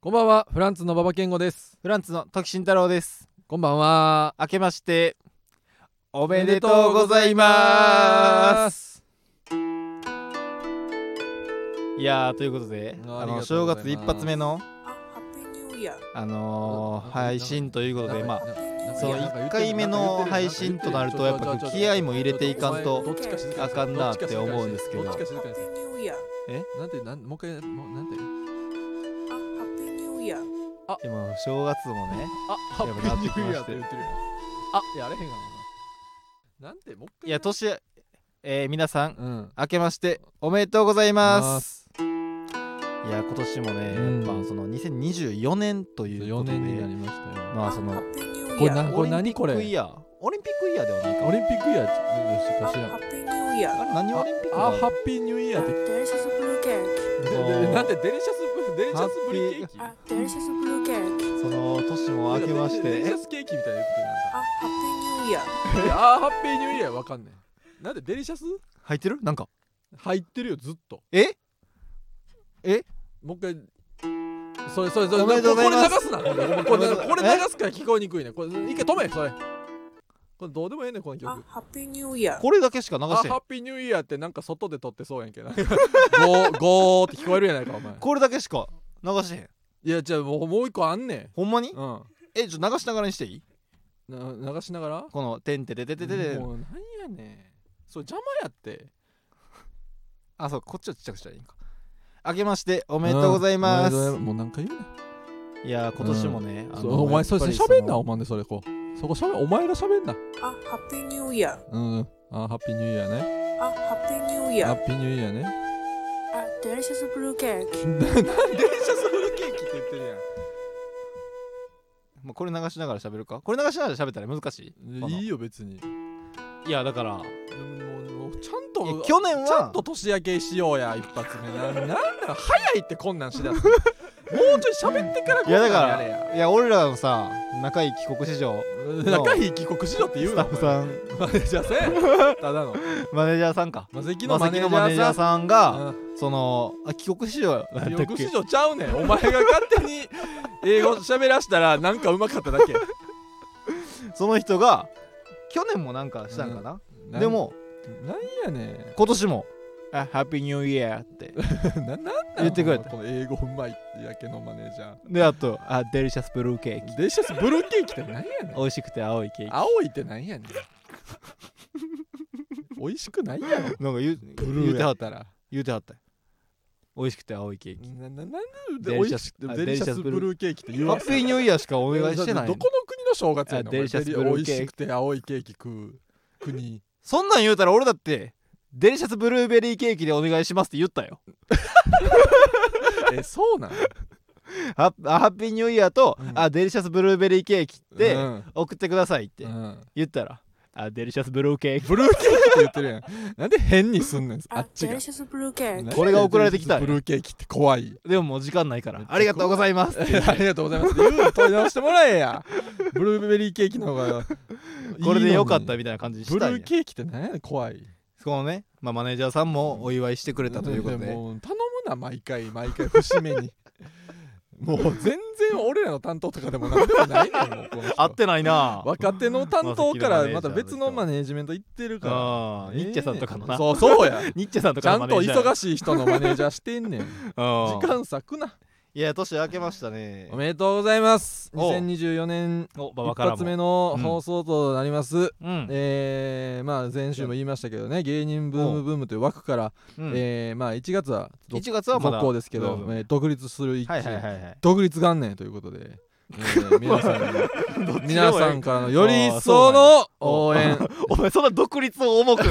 こんばんはフランツの馬場健吾ですフランツの時慎太郎です。こんばんは明けましておめでとうございます。すいやーということで、ああありがとうございのます正月一発目のハッピーニューイヤー。あのーうん配信ということで、まああそう1回目の配信となるとやっぱ気合も入れていかんとあかんなって思うんですけどどっちか静ハかにッピせーニューイヤー。なんてなんもう一回もうなんてあハッピーニューイヤー。でも正月もねあハッピーニューイヤーって言ってるやんあやれへんがななんてもう一回いや年、えー皆さうんん明けましておめでとうございます。いや今年もね、うんやっぱその2024年という4ことで年になりましたよまあそのハッピーニュこーイれヤー。なこれ何これオリンピックイヤーオリンピックイヤーではないかオリンピックイヤーですあかしハらッピーニューイヤあー。れ何オリンピックあだハッピーニューイヤーってデリシャスブルーケーキ。でそうでなんてデリシャスブデリシャスブリケーキあデリシャスブルーケーキ。その年も明けましデリシてャスケーキみたいなやつってあハッピーニューイヤー。なんかあーハッピーニューイヤーわかんねんなんでデリシャス入ってるなんか入ってるよずっとえもう一回それそれそれおめでとうございますこれ流すなこれこれ流すから聞こえにくいねこれ一回止めそれこれどうでもええねんこのあ曲ハッピーニューイヤー。これだけしか流あしてへんハッピーニューイヤーってなんか外で撮ってそうやんけなゴーゴーって聞こえるやないかお前これだけしか流してへんいやじゃあもうもう一個あんねんほんまにうんえちょっと流しながらにしていいな流しながらこの「てんてれててててもうなんやねんそれ邪魔やってあそうこっちをちっちゃくしたらいいんか明けましておめでとうございます、うんおめでとうございもう何回言うねんいやー今年もね、あのそうお前それやっぱり喋んなのお前でそれこうそこ喋んお前が喋んなあハッピーニューイヤー。うんうんあハッピーニューイヤーねあハッピーニューイハヤー。ッピーニューイヤーねあデリシャスブルーケーキ。電車するケーキって言ってるやんもうこれ流しながら喋るかこれ流しながら喋ったら難しいこのいいよ別にでいやだからももうちゃんいやと去年はちゃんと年明けしようや一発目ななんなら早いってこんなんしだすもうちょい喋ってからこいんやなだんやかれやらいや俺らのさ仲いい帰国子女うん仲いい帰国しろって言うスなタおッフ前さんマネージャーせんただのマネージャーさんかマセキのママセネキージャのマネージーャーさんさんがうんそのあ帰国子女なんだっ記け憶史上ちゃうねんお前が勝手に英語喋らしたらなんかうまかっただけその人が去年もなんかしたんかな、でもなんやね今年も「あハッピーニューイヤー」ってん ななんなん言ってくれたこの英語うまいってだけのマネージャであと「あデリシャスブルーケーキーデリシャスブルーケーキってなんやねん美味しくて青いケーキ青いってなんやねん美味しくないやろ」なんか言うルー言うてはったら言うてはった美味しくて青いケーキなななんでデ美リシャ味しスくてあデリシャスブルーケーキって言ハわッせピーニューイヤーしかお願いしてないどのこの国の正月やねんあお前デリシャスデブルーケーキ美味しくて青いケーキ食う国そんなん言うたら俺だってデリシャスブルーベリーケーキでお願いしますって言ったよえそうなんハッあハッピーニューイヤーと、うんあデリシャスブルーベリーケーキってうん送ってくださいってうん言ったら、あデリシャスブルーケーキブルーケーキって言ってるやん。なんで変にすんねん。ああっちデがリ。シャスブルーケーキ。これが送られてきたんやブルーケーキって怖い。でももう時間ないかめらっちゃありがとうございます ありがとうございます。言うの取り直してもらえや。ブルーベリーケーキの方が これでよかったいいみたいな感じにのに。ブしルたいんーやケーキって何やねん怖い。そのね、まあ、マネージャーさんもお祝いしてくれたということでもう頼むな毎回毎回節目 に。もう全然俺らの担当とかでも何でもないねんもうこの人合ってないな若手の担当からまた別のママネージメント行ってるから。あーニッチェさんとかのな、ええそうそうや。ニッチェさん とちゃかんのと忙ししい人のマネージャーして んねん。い時時間割くな。いや年明けましたねおめでとうございます。おう2024年お馬場一からも発目の放送となります。うんえーまあ前週も言いましたけどね、芸人ブームブームという枠から、うんえーまあ1月はど1月はまだ続行ですけど、うんえー独立する一年、はいはいはいはい独立元年ということで、え ー皆さんの皆さんからのより一そ層うなの応援、お前そんな独立を 重く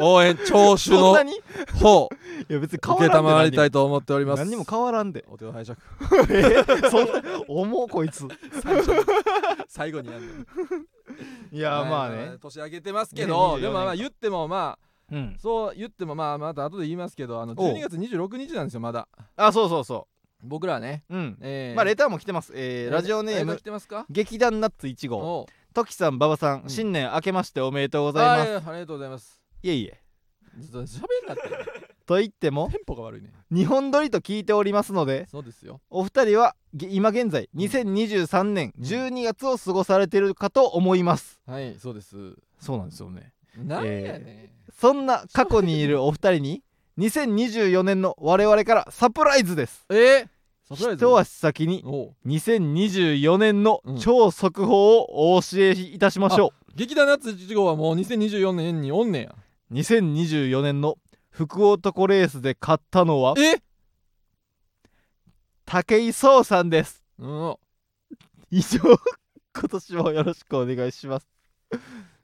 応援聴取そんのなにい方、や別に変受けわらんでたまわりたいいと思っております。何にも変わら んでお手を拝借。そんな重うこいつ最初 に最後にやるの。いやねまあね年上げてますけど、ねでもまあまあ24言ってもまあうんそう言ってもまあまた後で言いますけどあのおう12月26日なんですよまだあそうそうそ僕らはねううんえーまあレターも来てますえーラジオネーえム来てますか劇団ナッツ1号おうトキさん馬場うさんん新年明けましておめでとうございますあーありがとうございますいえいえちょっと喋んなってと言ってもテンポが悪いね日本撮りと聞いておりますのでそうですよお二人はげ今現在2023年12月を過ごされてるかと思いますはいそうですそうなんですよねなんやねそんな過去にいるお二人に2024年の我々からサプライズですんえー、サプライズ一足先におう2024年のうん超速報をお教えいたしましょ劇団夏1号はもう2024年におんねやう、2024年の福男レースで勝ったのはえ武井壮さんですうん以上今年もよろしくお願いします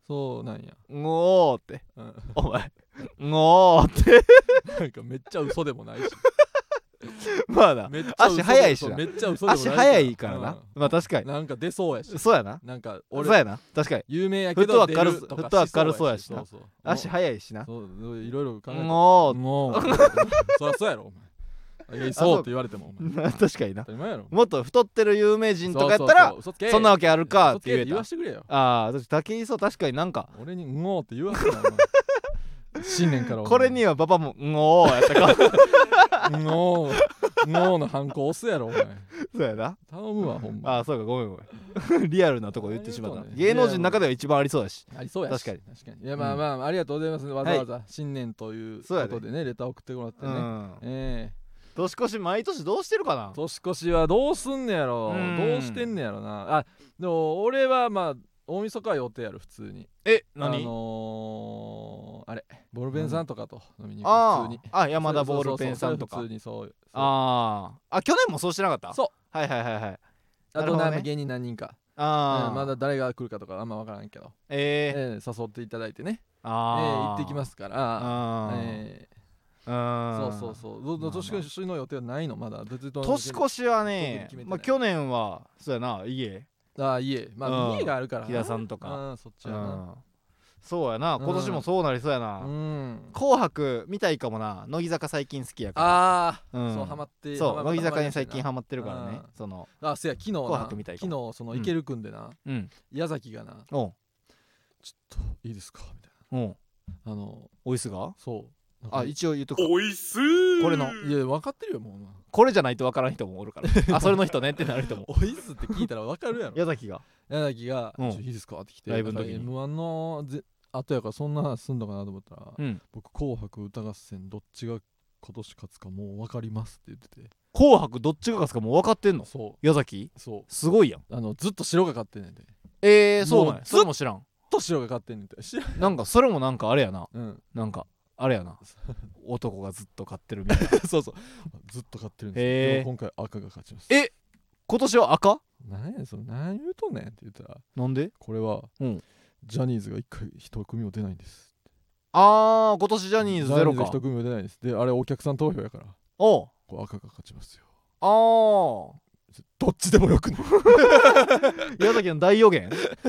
そうなんや、うおーってうん、お前うおーってなんかめっちゃ嘘でもないしまあなめっちゃ嘘でも足早いしなめっちゃ嘘でもない足早いからな、まあ確かうんになんか出そうやしそうやななんかそう俺やな確かに有名やけど出るとかフットワーク軽そうやしそうそう足早いしなそうそういろいろ考うえておーも うそりゃそうやろお前いやあそそううって言われてもお前 当確かになたり前やろもっと太ってる有名人とかやったらううう嘘つけそんなわけあるか嘘っつてけ言え言たわしてくれよああ私武井壮確かになんか俺に「うんお」って言わせなお 前新年からお前これにはパパも「うんおー」やっ たかそうんおーうんおーの反抗押すやろお前うやな頼むわほんあまあそうかごめんごめん リアルなとこ言ってしまっあ たりがとうね芸能人の中では一番ありそうだしありそうやし確確かにいやまあまあありがとうございますわざわざ新年というそうやこでとでねレター送ってもらってうねんえ年越し毎年どうしてるかなえ年越しはどうすんねやろうんどうしてんねやろなあでも俺はまあ大晦日は予定やる普通にえあ何のーあれボルベンさんとかと飲みに行くあ普通にああ山田ボールペンさんとかそうそうそうそれ普通にそうああああ去年もそうしてなかったそうはいはいはいはいあなるとほどなね芸人何人かあうあんまだ誰が来るかとかあんま分からんけど、ええええ誘っていただいてね、ええ行ああってきますからああええうんそうそうそうどまあまどあ年越しの予定はないのまだ別に年越しはね特に決めてないまあ去年はそうやな家ああ家まあ、うん家があるからな木田さんとかうんそっちやなうんそうやなうん今年もそうなりそうやな、うん、紅白みたいかもな乃木坂最近好きやからああ、うんそうハマってそう乃木坂ハマりまに最した近よハマってるからねうんそのなあせや昨日な紅白みたいか昨日そのうん池るくんでな、うん矢崎がなおういいですかみたいおうなあのおいすがそうなんかあ一応言うとくおいすーこれのいや分かってるよもうなこれじゃないとわからん人もおるから あそれの人ねってなる人もおいっすって聞いたら分かるやろ矢崎が柳が「うんちょいいですか?」って来てライブの時になんか M1 のぜ後やからそんな話すんのかなと思ったら「うん僕紅白歌合戦どっちが今年勝つかもう分かります」って言ってて「紅白どっちが勝つかもう分かってんのそ矢崎うそすごいやんうあのずっと白が勝ってんねんでずっえー、そうなんもやうそれも知らんと白が勝ってんねんて知らんなんかそれもなんかあれやなうんなんかあれやな男がずっと勝ってるみたい なそうそうずっと勝ってるんへですよーでも今回赤が勝ちますえ今年は赤何やねんその何言うとんねんって言ったらなんでこれは、うんジャニーズが一回一組も出ないんですあー今年ジャニーズゼロジャニーかズ一組も出ないんですであれお客さん投票やからおうこう赤が勝ちますよあーどっちでもよくない 矢崎の大予 言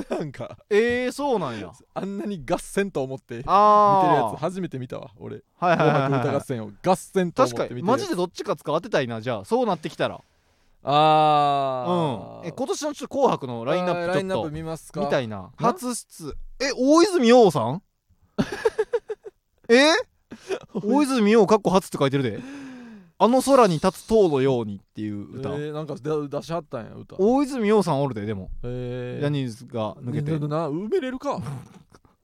なんかえー、そうなんやあんなに合戦と思って見てるやあつ初めて見たわ俺ーはいはい紅は白歌いはい、合戦を合戦と思って確か見てるにマジでどっち勝つか当てたいなじゃあそうなってきたらあうあんえ今年のちょっと紅白のラインナップライちンナッょプっと見ますか見たいな初出え大泉洋さん え大泉洋かっこ初って書いてるであの空に立つ塔のようにっていう歌、えー、なんか出出しはったんや歌大泉洋さんおるででもえー、ジャニーズが抜けなてな埋めれるか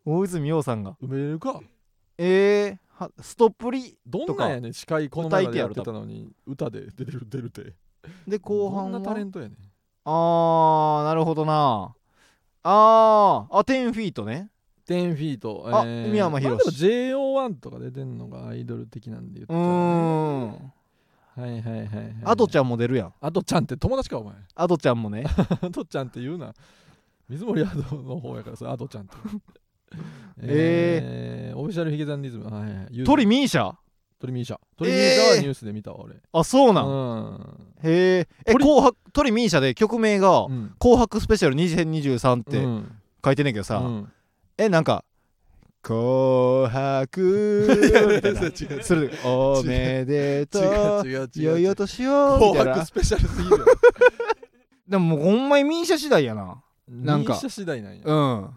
大泉洋さんが埋めれるかえー、はストップリどんなんやねん司会この前までやってたのに歌で出てる出るてで後半どんなタレはントやねんあーなるほどなあーあ10フィートね10フィート、あ三山ひろしまあでも JO1 とかで出てんのがアイドル的なんで言っうたーらん、はいはいはいはいアドちゃんも出るやんあとちゃんって友達かお前 アドちゃんも ねアドちゃんって言うな。水森アドの方やから、それアドちゃんって。 えー、オフィシャルヒゲダンディズム。はいはいユーザートリミーシャトリミーシャ。トリミーシャはえーニュースで見たわ、俺。あそうなん、うへーえトリ紅白トリミーシャで曲名がん。うん「紅白スペシャル2023」っうてん書いてんねんけどさ、うんえなんか「紅 白」みたいな それで「おめで違とう」う違う違う。よいよとしようみたい紅な白スペシャルすぎる。でももうほんまにミーシャ次第やななんかミーシャ次第 なんや。うん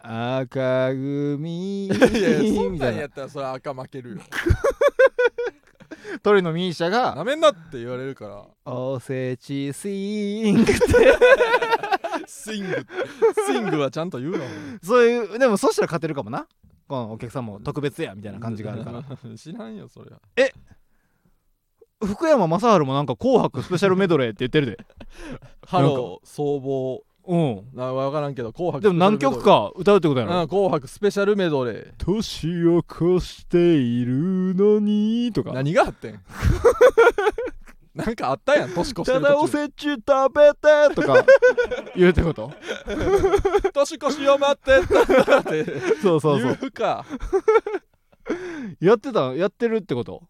赤組いやいや、そんみなたんいやな ったらそれ赤負けるよ。鳥のミーシャがなめんなって言われるから「おせちスイングスイングスイングはちゃんと言うの」そういうでもそしたら勝てるかもなこのお客さんも特別やみたいな感じがあるからら 知らんよそりゃ福山雅治もなんか「紅白スペシャルメドレー」って言ってるでハロー総合うんな分からんけど紅白でも何曲か歌うってことやろうん紅白スペシャルメドレー年を越しているのにとか何があってん なんかあったやん年越してたるだお途中せち食べてと か言うってこと年越しを待ってったってそうそうそう 言うかやってたやってるってこと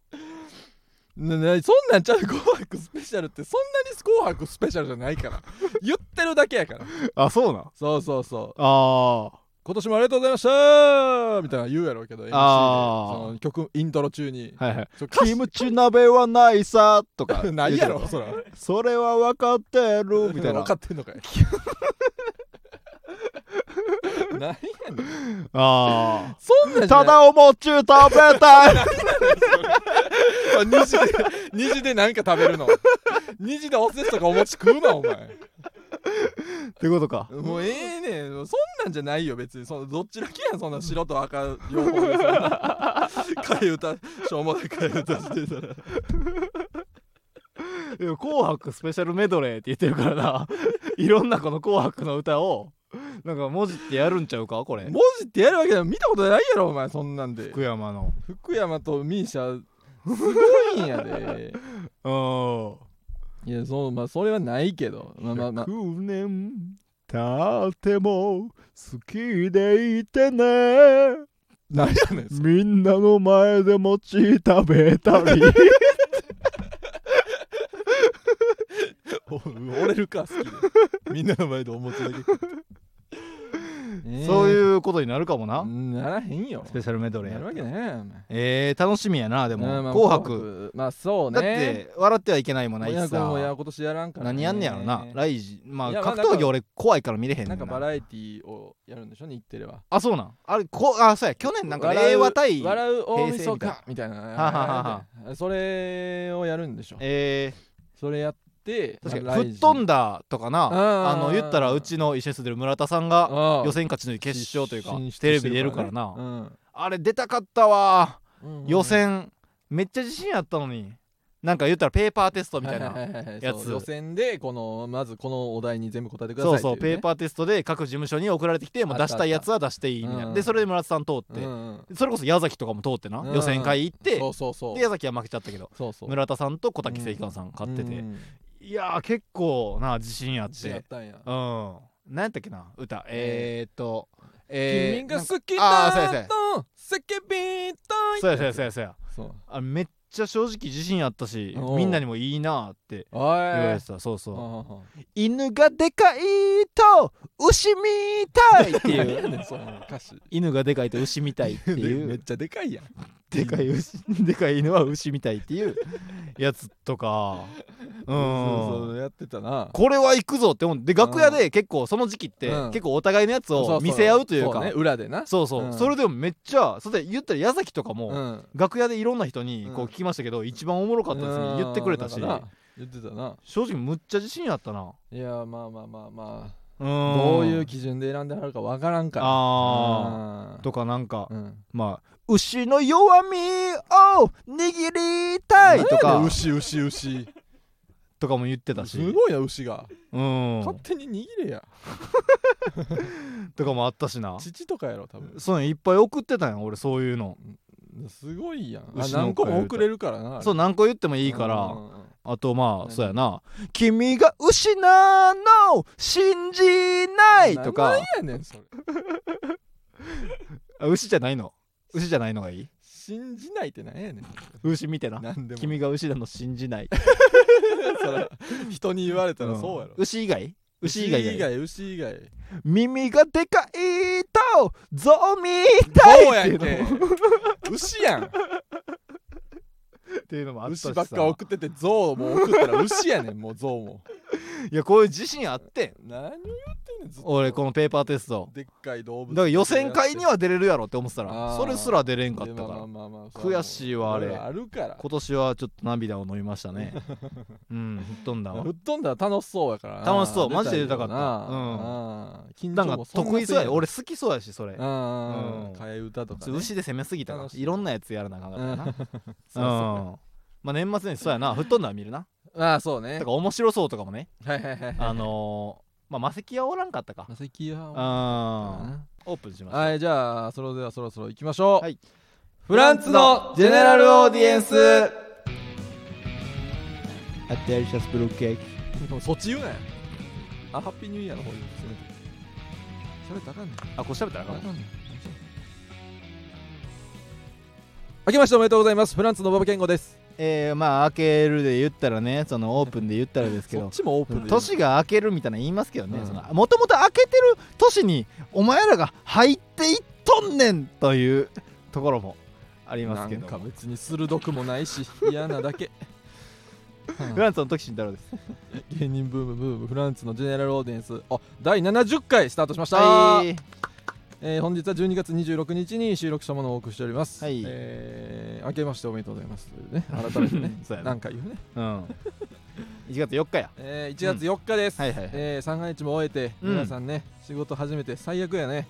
ななそんなんちゃう紅白スペシャルってそんなに紅白スペシャルじゃない から言ってるだけやからあそうなんそうそうそうああ今年もありがとうございましたみたいな言うやろうけど MC であーその曲イントロ中にはいはいちょ歌詞キムチ鍋はないさとか ないやろそらそれは分かってるみたいな分かってん のかいなんやねんあそんなんじあゃたないだお餅食べたい 虹で虹でなんか食べるの虹でおせちとかお餅食うなお前ってことか もうええねんそんなんじゃないよ別にそのどっちだ けやんそんな白と赤両方でそんな 替え歌しょうもない替え歌してた らでも紅白スペシャルメドレーって言ってるからな いろんなこの「紅白」の歌をなんか文字ってやるんちゃうかこれ文字ってやるわけだ見たことないやろお前そんなんで福山の福山とミーシャすごいんやでうんいやそうまあそれはないけどまあまあまあ100年経っても好きでいてね何やねんそれみんなの前で餅食べた りお折れるか好きでみんなの前で思ってだけ食ってええそういうことになるかもなならへんよスペシャルメドレなるわーけないやんお前えー、楽しみやなでもうんまあ「紅白」まあそうだっねて笑ってはいけないもないし親子もやさ今年やらんからね何やんねやろなライジまいあやまあ格闘技俺怖いから見れへんねなんんかなバラエティーをやるんでしょ日テレはあそうなんあれこあそうや去年なんか笑う令和対笑う大晦平日みたいなははそれをやるんでしょえそれやってー、確まあかラにイ吹ジっ飛んだとかうんなあの言ったらうちの一緒に出る村田さんがああ予選勝ち抜いて決勝というか進出してテレるビ出るからな、うんあれ出たかったわうんうん予選めっちゃ自信あったのになんか言ったらペーパーテストみたいはなはははやつそう予選でここのまずこのお題に全部答えてくださいっそうていそうペーパーテストで各事務所に送られてきてもう出したいやつは出していいみたいうんなでそれで村田さん通っねてうんうんそれこそ矢崎とかも通ってなうん予選会行ってそうそうそうで矢崎は負けちゃったけどそうそう村田さんと小竹正義感さん勝っててうんいやー結構な自信あっ自信あってたんやうん何やったっけな歌えーっとえ君ーがなんか好きあーそうだやそうやと叫びたいそうやそうやそうやそうやそうあれめっちゃ正直自信あったしおうみんなにもいいなーっておい言われてたそううんそううんうん犬がでかいと牛みたいって何いやう ねんその歌詞犬がでかいと牛みたいっていめっうちゃでかいやんでかい牛でかい犬は牛みたいっていうやつとかうそうそんうやってたなこれは行くぞって思うで楽屋で結構その時期ってうん結構お互いのやつそうそをう見せ合うというそかね裏でなそうそううんそれでもめっちゃそれで言ったら矢崎とかうもん楽屋でいろんな人にこううん聞きましたけど一番おもろかったですね言ってくれたしうんなんかな言ってたな正直むっちゃ自信あったないうやまあまあまあまうんあどういう基準で選んではるかわからんからああとかなんかうんまあ牛の弱みを握りたいとなんやねんか牛牛牛とかも言ってたしすごいな牛がうん勝手に握れやとかもあったしな父とかやろ多分そういうのいっぱい送ってたんや俺そういうのすごいやんあ牛の何個も遅れるからなあれそう何個言ってもいいかうらんうんうんあとま何あそうやな「君が失うのを信じない」となかなんやねんそれあ牛じゃないの牛じゃないのがいい信じないってなんやねん牛見てな何でも君が牛なの信じないそら人に言われたら そうやろ、うん牛以外牛以外がいい牛以外耳がでかいとゾウみたどうやいんっていうのもけ牛やんっていう のもあったしさ牛ばっか送ってて象も送ったら牛やねんもう象もいやこういう自信あってん何を言ってんねんずっと俺このペーパーテストでっかい動物だから予選会には出れるやろって思ってたあらーそれすら出れんかったかまあまあらまあまあ悔しいわあれろろあるから今年はちょっと涙を飲みましたねうん吹っ飛んだわ吹っ飛んだら楽しそうやからな楽しそう出マジで出たかったよなうんあー緊な張んかもそんな得意そうやせえへでん俺好きそうやしそれうんうん替え歌とか、ね、牛で攻めすぎたから楽しいいろんなやつやらなあかんかったな うんそうそまあ年末にそうやな吹っ飛んだら見るなうああそうねだから面白そうとかもねはいはいはいあのーまあマセキはおらんかったかマセキうんはオープンしましたはいじゃあそれではそろそろ行きましょう、はいフランツのジェネラルオーディエンスアデリシャスブルーケーキそっち言うなよあハッピーニューイヤーの方に攻めてそれたらあかんねんあこう喋ったらあかん明けましておめでとうございますフランツの馬場健吾ですえー、まあ開けるで言ったらねそのオープンで言ったらですけそどっちもオープンで年が明けるみたいなの言いますけどねうんもともと明けてる年にお前らが入っていっとんねんというところもありますけどなんか別に鋭くもない し嫌なだけフランスの時慎太郎です芸人ブームブームフランツのジェネラルオーディエンスあ第70回スタートしました、はいえー本日は12月26日に収録したものをお送りしております、はいえー明けましておめでとうござい ますというね改めてねそうやななんか言うね、うん1月4日やえー1月4日です、はいはいはいえー、三が日も終えて、うん皆さんね仕事始めて最悪やね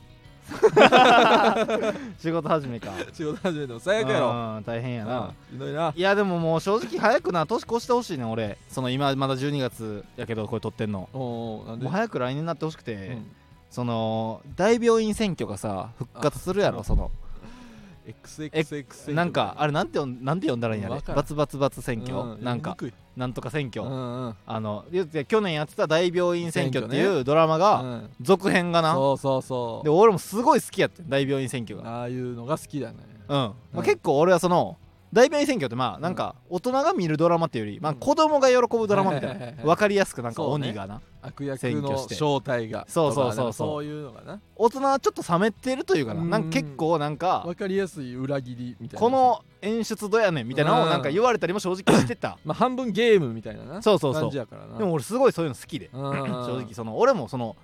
仕事始めか仕事始めても最悪やろうん大変やなひどいないやでももう正直早くな年越してほしいね俺その今まだ12月やけどこれ撮ってんのおうおうなんでもう早く来年になってほしくて、うんその大病院選挙がさ復活するやろあその XXX なんかあれなんて呼んなんて呼んだらいいんやわねからんバツバツバツ選挙、うんなんやかりにくいなんとか選挙、うんうんうんあのいや去年やってた大病院選挙って選挙いうドラマが続編がな、そうそうそうで俺もすごい好きやってん大病院選挙が、ああいうのが好きだねうんまうあ、ん結構俺はその大病院選挙ってまあなんか大人が見るドラマっていうより、まあ、子供が喜ぶドラマみたはいはいいはいなはい分かりやすくなんかそうね鬼がな、悪役選挙のして正体がそうそうそうそうとかそういうのがな大人はちょっと冷めてるというかなうんなんか結構なんか分かりやすい裏切りみたいなこの演出どやねんみたいなのをなんか言われたりも正直してたまあ半分ゲームみたいななそうそうそう感じやからなでも俺すごいそういうの好きで正正直その俺もその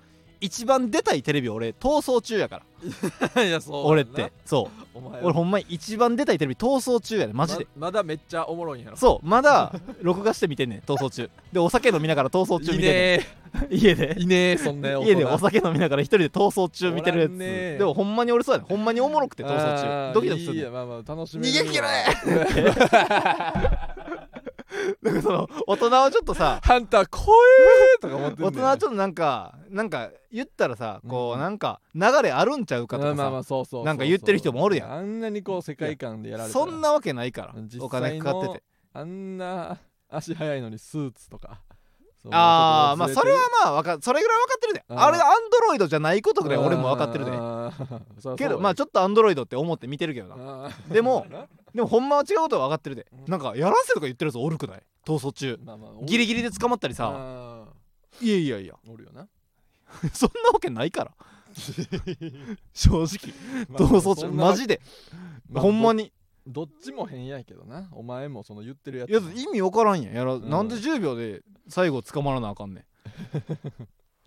一番出たいテレビ俺逃走中やから直 いやそう俺っなんだてそおう前は俺ほんまに一番出たいテレビ逃走中やねマジでままだめっちゃおもろいんやろそうまだ録画して見てんねん逃走中でお酒飲みながら逃走中い見ねてんねえん家でいねえそんな 大人家でお酒飲みながら一人で逃走中見てるやおらんねつでもほんまに俺そうやねんほんまにおもろくて逃走あ中ードキドキするいねんやまあまあ楽しみ逃げ切れなんかその大人はちょっと さ ハンター怖えとか思ってんねん大人はちょっとなんかなんか言ったらさこううんなんか流れあるんちゃうかとかまあまあさそうそうそうなんか言ってる人もおるやんあんなにこう世界観でやられたそらんなわけないから実際のお金かかっててあんな足速いのにスーツとかああまあそれははまあわかそれぐらい分かってるでうんあれアンドロイドじゃないことぐらい俺も分かってるででけどまあちょっとアンドロイドって思って見てるけど なでもでもほんまは違うことは分かってるでうんなんかやらせとか言ってるやつおるくない逃走中ギリギリで捕まったりささいやいやいや おるよなそんなわけないから正直逃走中マジでまあほんまにどどっちも変やけどなお前もその言ってるやついや意味わからんやんやらんなんで10秒で最後捕まらなあかんね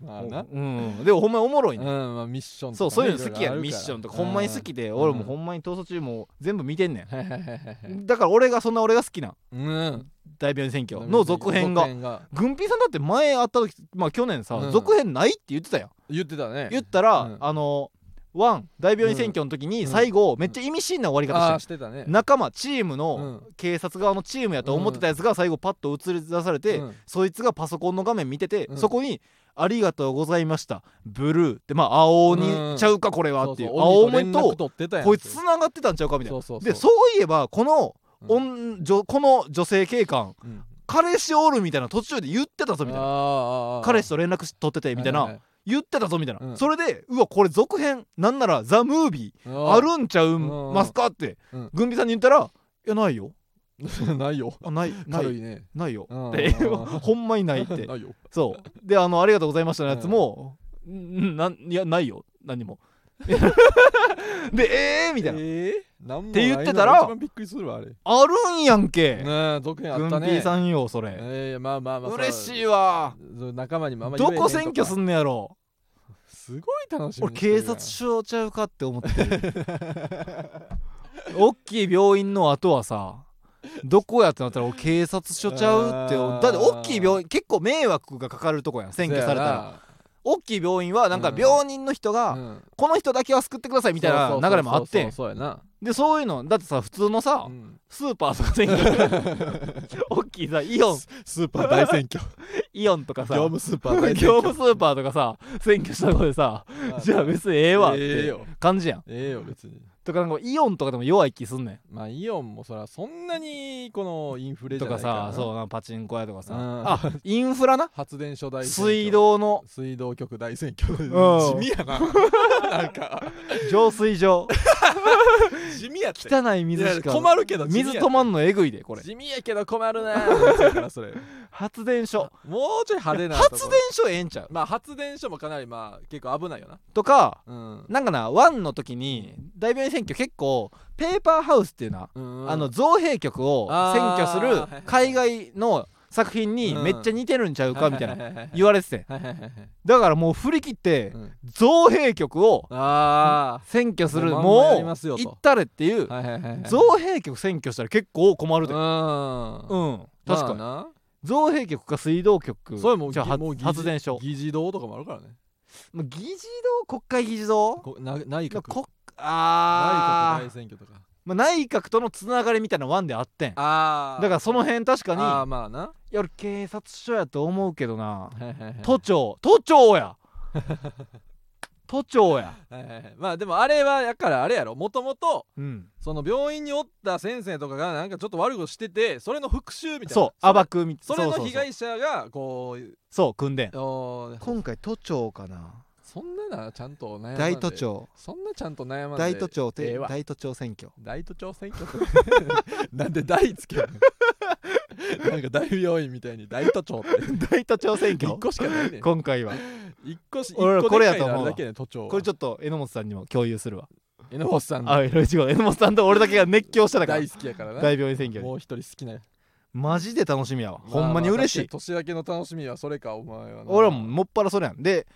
んまあうなんうんでもほんまにおもろいうんねんまあミッションとかそうねそういうの好きやろろあんるミッからションとかほんまに好きでうん俺もほんまに逃走中も全部見てんねんはいはいはいはいはいだから俺がそんな俺が好きなうん大病院選挙の続編続が軍ピーさんだって前会った時まあ去年さ、うん続編ないって言ってたやん言ってたね言ったら、うんあのワン大病院選挙の時うにん最後、めっちゃ意味深な終わりあ方あしてしてたねる仲間チームうの、ん警察側のチームやと思ってたやつが最後パッと映り出されて、うんそいつがパソコンの画面見てて、うんそこに「ありがとうございましたブルー」ってまあ青鬼ちゃうかこれはっていう、青鬼連絡と取ってたやんこいつつながってたんちゃうかみたいなそうそうそうでそういえばこの、う女この女性警官うん彼氏おるみたいな途中で言ってたぞみたいなな彼氏と連絡し取っててみたいな、言ってたぞみたいな、うんそれでうわこれ続編なんなら「ザ・ムービーああるんちゃうますか?」って、うん軍備さんに言ったら「いやないよるないよあないな軽いいねないよ」うんって ほんまにないっ てないよそうであの「ありがとうございました」のやつも「んなんいやないよ何も」 で「えー」みたいな、えーなんもないなって言ってたら一番びっくりするわあれねあるんやんけ、え続編あ軍ったね備さんよそれ、えーまあまあまあ嬉しいいわ仲間にもあんま言えどへんこ選挙すんんねやろすごい楽しみ俺にしてるや警ん察署ちゃうかって思ってる 大きい病院の後はさどこやってなったら俺警察署ちゃうってあーだって大きい病院結構迷惑がかかるとこやん占拠されたら大きい病院はなんか病人の人そが、やなうんこの人だけは救ってくださいみたいな流れもあってそうそうそうそうそうやでそういうのだってさ普通のな、さ、うんスーパーとか全 部大きいさイオンスーパー大選 挙イオンとかさ業務スーパー大選挙業務スーパーとかさ選挙したとこでさ じゃあ別にええわっええてよ感じやんええよ別にとかなんかイオンとかでも弱い気すんねまあイオンもそらそんなにこのインフレんじとゃなかいからさなそうなパチンコ屋とかさうんあインフラな発電所大選挙水道の水道局大選挙地ん味やななんか浄水場地味やって汚い水いしやか困るけど地味や水止まんのえぐいでこれ地味やけど困るなだからそれ 発電所もうちょい派手なとこ発電所ええんちゃうまあ発電所もかなりまあ結構危ないよなとかうんなんかなワンの時に大病院選挙結構ペーパーハウスっていうな、うんあの造幣局を選挙すあーはいはいはるい海外の作品にうんめっちゃ似てるんちゃうかみたいなな言われててはいはいはいはいだからもう振り切ってうん造幣局をあ選挙するもうまんまもやうりますよと行ったれっていうあはいはいはいはい造幣局選挙したら結構困るでううんん確かにま造幣局か水道あ局なそれもじゃあはもう議事発電所議事堂とかもあるからねもう議事堂国会議事堂こな内閣国内あ閣ー大選挙とかまあ内閣とのつながりみたいなワンであってんあだからその辺確かにああまあないや俺警察署やと思うけどなはいはいはい都庁都庁や都庁やはいはいはいまあでもあれはやからあれやろもともとうんその病院におった先生とかがなんかちょっと悪いことしててそれの復讐みたいなそう暴くみそれうのうう被害者がこうそう訓練おー今回都庁かなそんななちゃんと悩まんで大都庁そんなちゃんと悩まんで大都庁ええてわ大都庁選挙大都庁選挙とか なんで大つけるのなんか大病院みたいに大都庁っ て 大都庁選一個しかないねん今回は一個し一俺個これやでとかいの思うあるわだけで都庁これちょょっと榎本さんにも共有するわっと榎本さんあいろいろ違う榎本さんと俺だけが熱狂しただから大好きやからな大病院選挙もにう一人好きなマジで楽しみやわほんまに嬉しまあまあだっいて年明けの楽しみはそれかお前はな俺はもうもっぱらそれやんで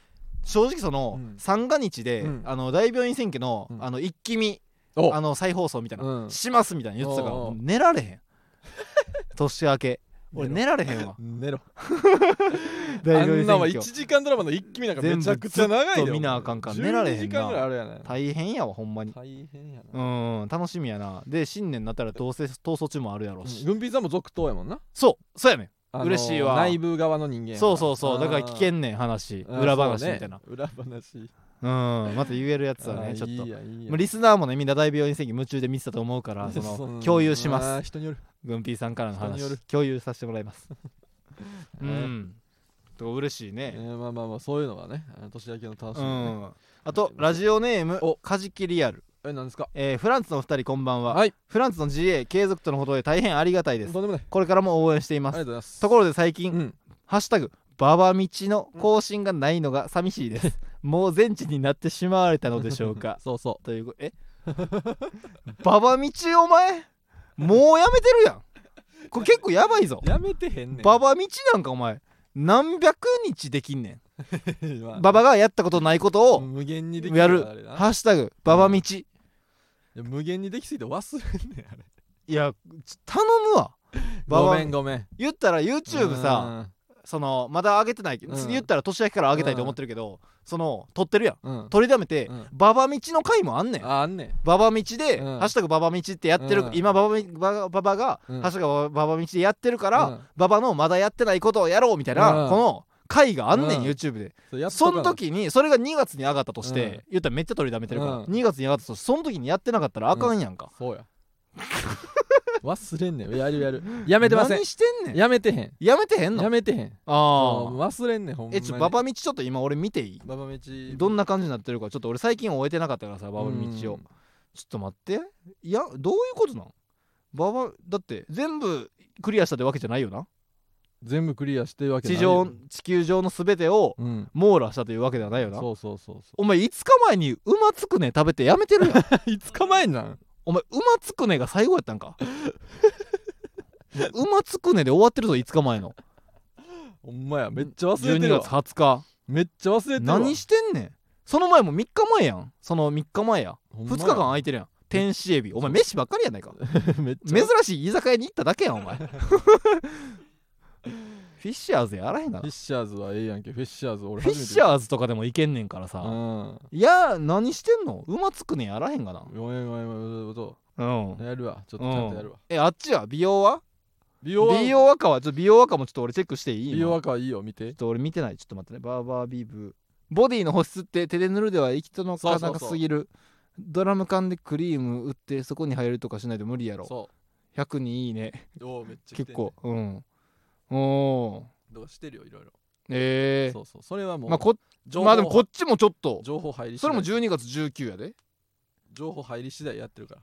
正直その、うん三が日で、うんあの大病院選挙の,、うんあの一気見おあの再放送みたいな、うんしますみたいな言ってたからおうおうもう寝られへ ん年明け俺寝寝られへんわ寝ろあ大病ん院な選は挙1時間ドラマの一気見なんかめちゃくちゃ長い全部ずっよと見なあかんから寝られへんな12時間ぐらいあるやない大変やわほんまに大変やうな、ん楽しみやなで新年になったらどうせ逃走中もあるやろうし、うん、軍備さんも続投やもんな、そうそうやねんあの嬉しいわ内部側の人間やからそうそうそうだから聞けんねん話裏話みたいなう,、そうね、裏話んまた言えるやつはあーねちょっといいやいいやまあリスナーもねみんな大病院選挙夢中で見てたと思 うからその共有しますあー人によるグンピーさんからの人による話共有させてもらいます うえんとか嬉しいえねーまあまあまあそういうのはねあの年明けの楽しうみ、ねんあとラジオネームおカジキリアルえなんですかえーフランツのお二人こんばんは、はいフランツの GA 継続とのほどで大変ありがたいとでんすでもないこれからも応援していあまりがとすうございますところで最近、うんハッシュタグババ道の更新がないのが寂しいです、もう全治になってしまわれたのでしょう かそうそというこえババ道お前もうやめてるやんこれ結構やばいぞうやめてへんねんババ道なんかお前何百日できんね んバババがやったことないことを無限にできやるあれ「なハッシュタグババ道」いいや無限にできすぎて忘れんねんあれやち頼むわバごバめんごめん言ったら YouTube さそのまだ上げてないけうど、ん言ったら年明けから上げたいと思ってるけどその撮ってるやんうんうん取りだめて、うんババ道の回もあんねんああんねんババ道で、うんハッシュタグババ道ってやってる、うん今ババみバババが、うんハッシュタグババ道でやってるから、うんババのまだやってないことをやろうみたいな、うんこの回があんねん、うん YouTube でそれやっとそかなの時にそれが2月に上がったとして、うん言ったらめっちゃ取りだめてるから、うん2月に上がったとしてその時にやってなかったらあかんやんか、そうや忘れんねんやるやるやめてません何してんねんややめてへんめてへんのやめてへんあもうあ忘れんねんほんまにえちょババ道ちょっと今俺見ていいババ道どんな感じになってるかちょっと俺最近終えてなかったからさババ道をちょっと待っていやどういうことなんババだって全部クリアしたってわけじゃないよな全部クリアしてるわけな地いよ上地球上の全てをうん網羅したというわけではないよなそうそうそうそお前5日前にうまつくね食べてやめてる やんういつか前なんお前うまつくねが最後やったんか うまつくねで終わってるぞ5日前のほんまやめっちゃ忘れて12る月わ20日めっちゃ忘れてるわ何してんねんその前も3日前やんその3日前やほんま2や日間空いてるやん天使エビお前飯ばっかりやないか めっちゃ珍しい居酒屋に行っただけやんお 前フィッシャーズやあらへんかフィなッシャーズはええやんけフィッシャーズ俺フィッシャーズとかでも行けんねんからーさうんいや何してんの馬つくねんやらへんかなごめんごめんごめんそうんうやるわちょっとちゃんとやるわえあっちは美容は美容は美容赤はちょっと美容赤もちょっと俺チェックしていい美容今赤はいいよ見てちょっと俺見てないちょっと待ってねバーバービブボディの保湿って手で塗るでは生きとのかなかすぎるドラム缶でクリーム打ってそこに入るとかしないと無理やろそ100人いいねうおーめっちゃ来て結んね構うんおーどうしてるよいろいろえそうそうそれはー、もうまあこ情報まあでもこっちもちょっと情報入り次そ第れも12月19やで情報入り次第やってるから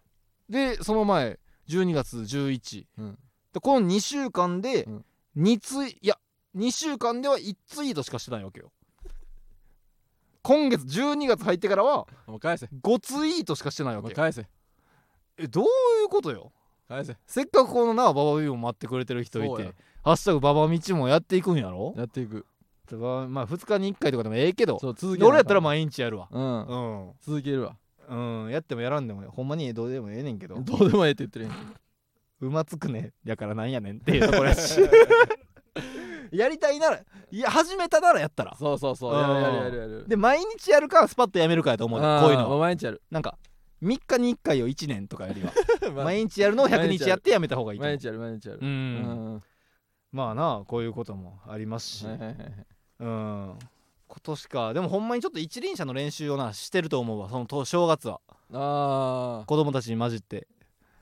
でその前12月11、うんでこの2週間でうん2ツイ、いや2週間では1ツイートしかしてないわけよ今月12月入ってからはもう返せ5ツイートしかしてないわもうけ返せえどういうことよ返せせっかくこのなババビも待ってくれてる人いそうてや「ハッシュタグババ道」もやっていくんやろやっていくだからまあ2日に1回とかでもええけどそう続けでな俺やったらあ毎日やるわかんうんうん続けるわうんやってもやらんでもほんまにどうでもええねんけどどうでもええって言ってるやん馬つくねやからなんやねんっていうところ やしやりたいならいや始めたならやったらそうそうそううんやるやるやるやるで毎日やるかスパッとやめるかやと思うあよーこういうものは毎日やるなんか3日に1回を1年とかよ りは毎 毎日やるのを100毎日や日るやってやめた方がいいと思う日やる 毎日やるううんんはまあなこういうこともありますいし、はいはいはいうん今年かでもほんまにちょっと一輪車の練習をなしてると思うわそのと正月はあ子供たちに混じって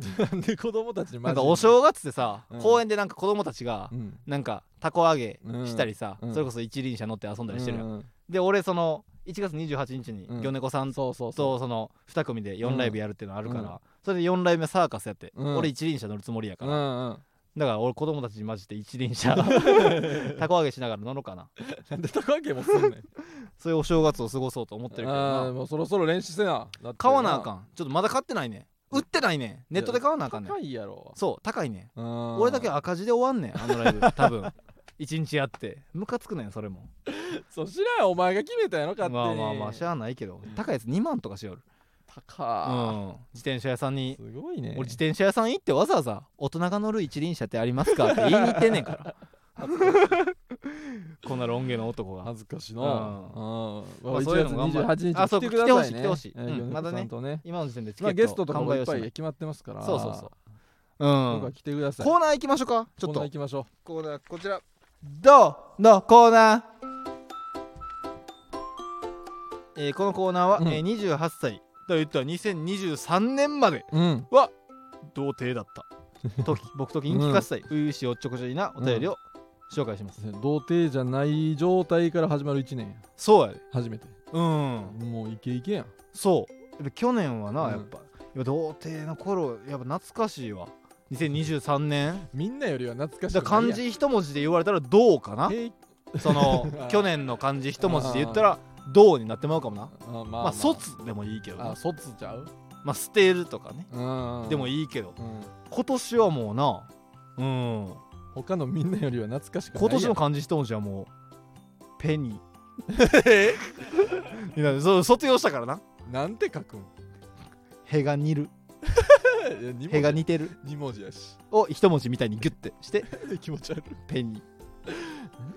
ーなんで子供たちになマんジでかお正月でさ、うん公園でなんか子供たちがうんなんかたこ揚げしたりさ、うんそれこそ一輪車乗って遊んだりしてるやん、うんで俺その1月28日にうん魚猫さんそうそうそとその2組で4ライブやるっていうのあるから、うんうんそれで4ライブ目サーカスやって、うん俺一輪車乗るつもりやうかうんら、うんだから俺子供たちに混じって一 輪車たこ揚げしながら乗ろう かななんで高揚げもすんねんそういうお正月を過ごそうと思ってるけどあーなもうそろそろ練習せなだって買わなあかんんちょっとまだ買ってないね売ってないねネットで買わなあかんね高いやろそう高いね俺俺だけ赤字で終わんねんあのライブ多分1日やってムカつくねんそれも そう知らんよお前が決めたやろ勝手にまあまあまあしゃあないけど高いやつ2万とかしよる、うん、高自転車屋さんにすごいね俺自転車屋さん行ってわざわざ「大人が乗る一輪車ってありますか?」って言いに行ってんねんから こんなロン毛の男が恥ずかしいなうんうんまあ1そういうの月も頑張る28日あそう来てくださいね来てほしい来てほしいえーうん米子さんとね今の時点でチまケあゲスットトとか完もい売っをしぱないい決まってますからそうそうそうう僕はん来てくださいコーナー行きましょうかちょコっーナーと行きましょコーナーこちらどうのコーナー、えーこのコーナーは、うんえー28歳と言ったら2023年までううん童貞だったとき僕ときに聞かせたい初々、しいおっちょこちょいなお便りを紹介します、童貞じゃない状態から始まる1年やそうやで初めてうんもうイケイケやんそうやっぱ去年はな、うんやっぱやっぱ童貞の頃やっぱ懐かしいわ2023年みんなよりは懐かしいだから漢字一文字で言われたら「どう」かな平そのあー去年の漢字一文字で言ったら「どう」になってまうかもなあまあまあ「卒」でもいいけどねあ卒ちゃうまあ捨てるとかねうんでもいいけどうん今年はもうなうん他のみんなよりは懐かしくない今やん年の漢字一文字はもうペニ ーいやそう卒業したからななんて書くんへが似るいや二文字へが似てる二文字や しを一文字みたいにギュッてして気持ち悪いペニー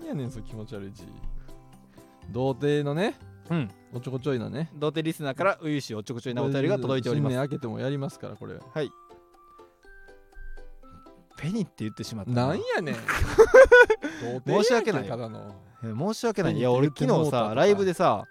何やねんその気持ち悪い字童貞のねうんおちょこちょいなね童貞リスナーから初々しいおっちょこちょいなお便りが届いております新年明けてもやりますからこれペニーって言ってしまったなんや ねん申し訳ないよただのえ申し訳ないいやペニ俺ーって昨言ってもう日たとさかライブでさ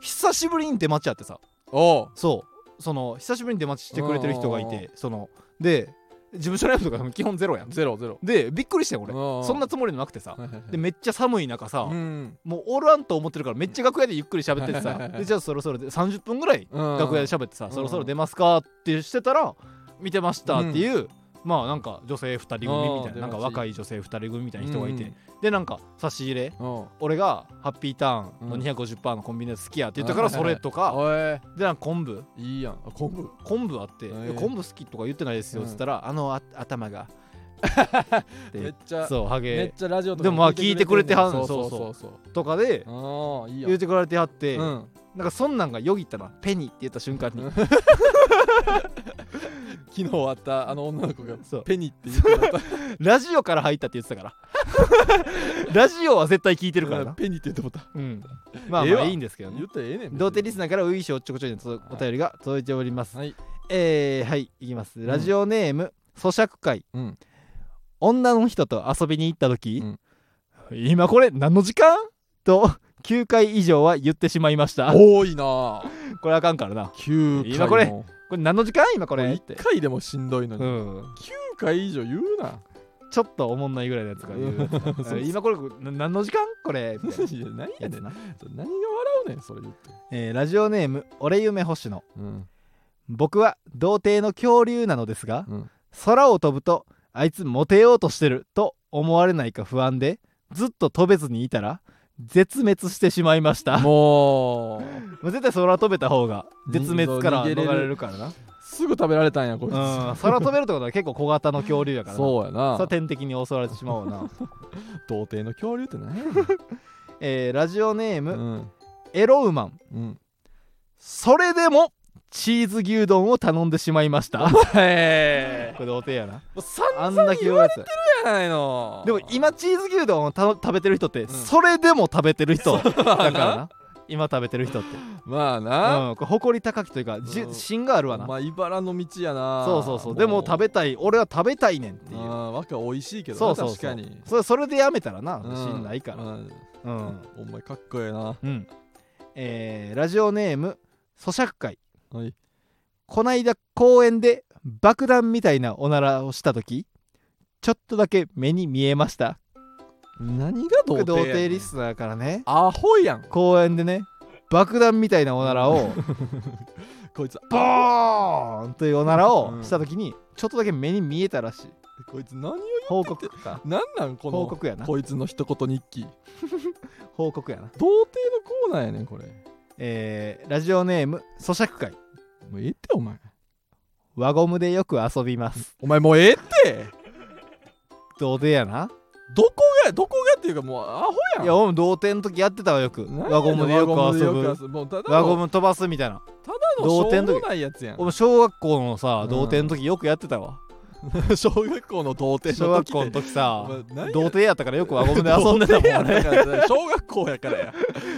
久しぶりに出待ちやってさおうそうその久しぶりに出待ちしてくれてる人がいうんうんてそので事務所ライブとか基本ゼロやんゼロゼロでびっくりしたよ俺うんそんなつもりのなくてさはいはいはいでめっちゃ寒い中さうんもうおらんと思ってるからめっちゃ楽屋でゆっくり喋って てはいはいさはいでじゃあそろそろで30分ぐらい楽屋でし喋ってさんそろそろ出ますかってしてたら見てましたっていうまあなんか女性2人組みたいうんななんか出待ち若い女性2人組みたいな人がいてうんでなんか差し入れおう俺がハッピーターンのうん250%のコンビニで好きやって言ったからそれ とかおいでなんか昆布いいやんあ昆布昆布あって、えいーや昆布好きとか言ってないですよっつったら、あのあ頭がでめっちゃそうめハっゲちゃラジオとかでもまあ聞いてくれてはんそうそそううそうそうそうとかでああいいやん言ってくれてはって、うんなんかそんなんがよぎったなペニーって言った瞬間に昨日あったあの女の子がそうペニって言ってたラジオから入ったって言ってたから ラジオは絶対聞いてるからなペニって言ってもうたうんまあええまわあいいんですけどね言ったらええねん童貞リスナーからウイショおっちょこちょいのとお便りが届いておりますはいえー、はいいきますラジオネーム、咀嚼会うん女の人と遊びに行った時、うん今これ何の時間と9回以上は言ってしまいました多いなこれあかんからな9回今これもこれ何の時間今これっ1て回でもしんどいのにう9ん回以上言うなちょっとおもんないぐらいのやつから言うやつな そうそううん今これな何の時間これ みたいないや何ややねつん何な、が笑うねんそれ言ってえーラジオネーム俺夢星野うん僕は童貞の恐竜なのですが、うん空を飛ぶとあいつモテようとしてると思われないか不安でずっと飛べずにいたら絶滅してしまいましたももう う絶対空飛べた方が絶滅から逃げれる逃れるからなうんすぐ食べられたんやこいつ空飛べるってことは結構小型の恐竜やからな そうやそれはな天敵に襲われてしまう わな、童貞の恐竜って何やねんえーラジオネーうム、んエロウマンうんそれでもチーズ牛丼を頼んでしまいましたこへえれ童貞やな3あんだけ言われてたじゃないのでも今チーズ牛丼をた食べてる人ってんそれでも食べてる人だからな今食べて る人って、まあな、うん、これ誇り高きというかじゅうん芯があるわなまあ茨の道やなそうそうそうでも食べたい俺は食べたいねんってあいーうわか美味しいけどなそうそうそう確かにそれそれでやめたらなうん芯ないからうんうん、お前かっこええなうんえーラジオネーム咀嚼会はいこないだ公園で爆弾みたいなおならをした時ちょっとだけ目に見えました何が童貞童やねん貞リスナーからねアホやん公園でね爆弾みたいなおならをこいつボーンというおならうをんした時にちょっとだけ目に見えたらしいこいつ何を報告か何なんこの報告やなこいつの一言日記報告やな童貞のコーナーやねんこれえーラジオネーム咀嚼会もうええってお前輪ゴムでよく遊びますお前もうええって童貞やなどこがどこがっていうかもうアホやんいや俺も童貞の時やってたわよく何やねん輪ゴムでよく輪遊ゴムでよぶく遊ぶもうただ輪ゴのム飛ばすみたいなただのし童貞ょうのも時ないやつやん俺も小学校のうさん童貞の時よくやってたわ小学校の童貞小の学時校の時さお前何や童貞やったからよく輪ゴ ムで遊んでたもん俺ね小学校やからや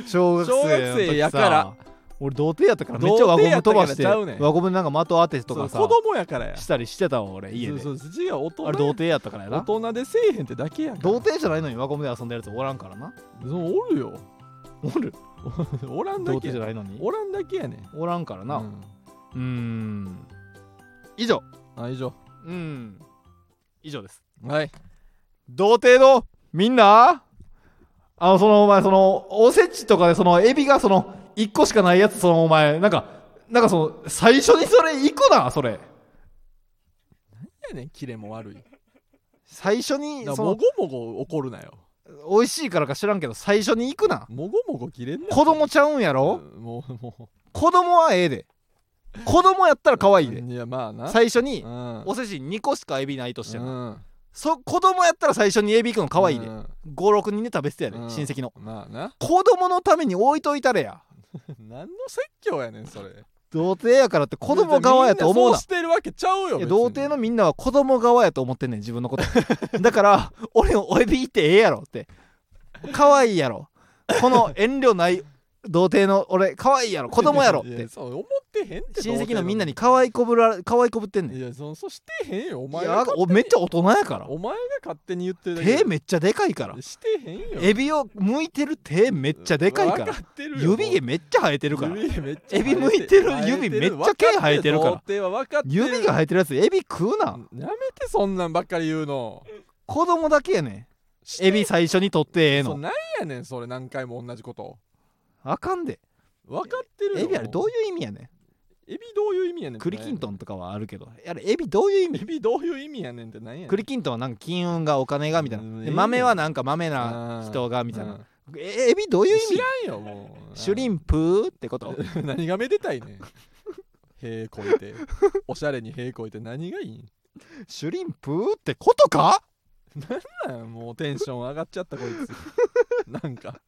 小学 生小学生やから俺童貞やったからめっちゃ輪ゴム飛ば童貞やったかしらてちゃうねん輪ゴムなんか的当てとそうかさ子供やからや したりしてたわ俺家でそうそう違う大人あれ童貞やったからや大な人でせえへんってだけやん童貞じゃないのに輪ゴムで遊んでるやつおらんからなそうおるよ おるおらんだ童貞けじゃやないのにおらんだけやねんおらんからなううんーん以上あ以上うん以上ですはい童貞のみんなあのそのお前そのおせちとかでそのエビがその1個しかないやつそのお前なんかなんかその最初にそれ行くなそれやねんキレも悪い最初にだからそものごもご怒るなよ美味しいからか知らんけど最初に行くなもごもご切れんな子供ちゃうんやろ、うんもうも子供はええで子供やったら可う愛いでいやまあな最初にうんおせち2個しかエビないとしてなうんそ子供やったら最初にエビいくの可愛いでうん56人で食べてたやでうん親戚のまあな 子供のために置いといたれや何の説教やねんそれ童貞やからって子供側やと思うみんそなうしてるわけちゃうよいや別に童貞のみんなは子供側やと思ってんねん自分のことだから俺のおエビいってええやろって可愛いやろこの遠慮ない童貞の俺可愛いやろ子供やろっいてやそう思ってへんって親戚のみんなに童可愛いこぶら可愛いこぶってんねん貞のいやそそうしてへんよおい前やがおめっちゃ大人やからお前が勝手に言ってるだけ手めっちゃでかいからしてへんよエビを剥いてる手めっちゃでかいか分らってるよ指毛めっちゃ生えてるもうから指毛めっちゃエビ剥いてる生え指めっちゃ毛生えてるから分ってる童貞は分かってる指が生えてるやつエビ食うなやめてそんなんばっかり言うの子供だけやねんエビ最初に取ってええそうのなんやねんそれ何回も同じことあかんで分かってるよエビあれどういう意味やねエビどういう意味やねんんってなクんリやキねンんトンとかはあるけどあれエビどういう意味エビどういう意味やねんってなんやねんクリキントンはなんか金運がお金がみたいうんなええでやん豆はなんか豆な人がみたいうんなえエビどういう意知味らんよもうシュリンプーっ てことうん何がめでたいねんへえこいておしゃれにへえこいて何がいいんシュリンプーってことか なんなんもうテンション上がっちゃったこいつなんか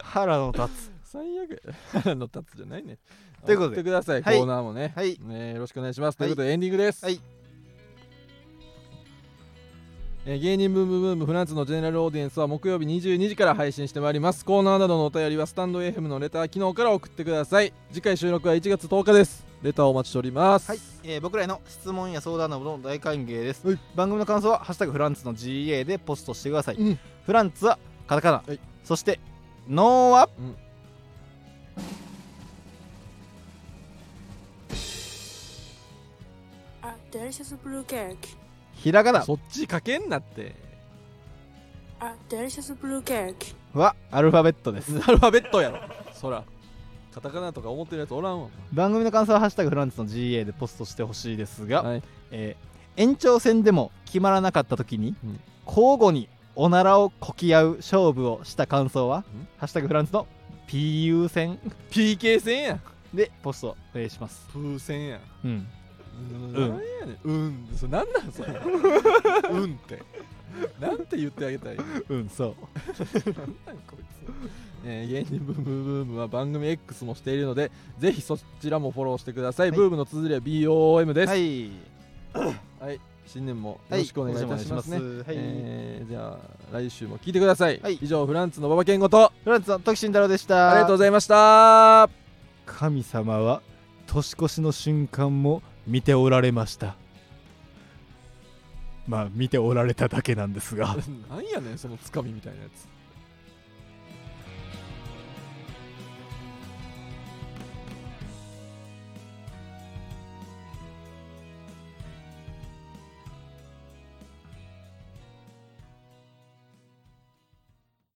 腹の立つ最悪 腹の立つじゃないねということで送ってください、はいコーナーもね,、はいねよろしくお願いします、ということでエンディングです、はいえー芸人ブームブームフランスのジェネラルオーディエンスは木曜日22時から配信してまいりますコーナーなどのお便りはスタンド FM のレター機能から送ってください次回収録は1月10日ですレターをお待ちしております、はい、えー僕らへの質問や相談などの大歓迎です、はい番組の感想は「ハッシュタグフランツの GA」でポストしてください、うんフランツはカタカナ、はいそしてノーは、うん Uh, A delicious blue cake. ひらがなそっちかけんなって Uh, A delicious blue cake. はアルファベットですアルファベットやろそらカタカナとか思ってるやつおらんわ番組の感想は「ハッシュタグフランツの GA」でポストしてほしいですが、はいえー延長戦でも決まらなかった時に、うん交互におならをこき合う勝負をした感想はん「ハッシュタグフランツの PU 戦 PK 戦やん」でポストお願いします風船やんうんうんうんなんやねんうんそれなんなんそ れうんってなんて言ってあげたいうんそうなんこいつ、えー芸人ブームブームは番組 X もしているのでぜひそちらもフォローしてください、はいブームの綴りは BOOM です、ははいい新年もよろしくお願いいたしますね、はいよろしくお願いしますはいえーじゃあ来週も聞いてください、はい以上フランツの馬場健吾とフランツの徳慎太郎でしたありがとうございま した神様は年越しの瞬間も見ておられましたまあ見ておられただけなんですがなんやねんそのつかみみたいなやつ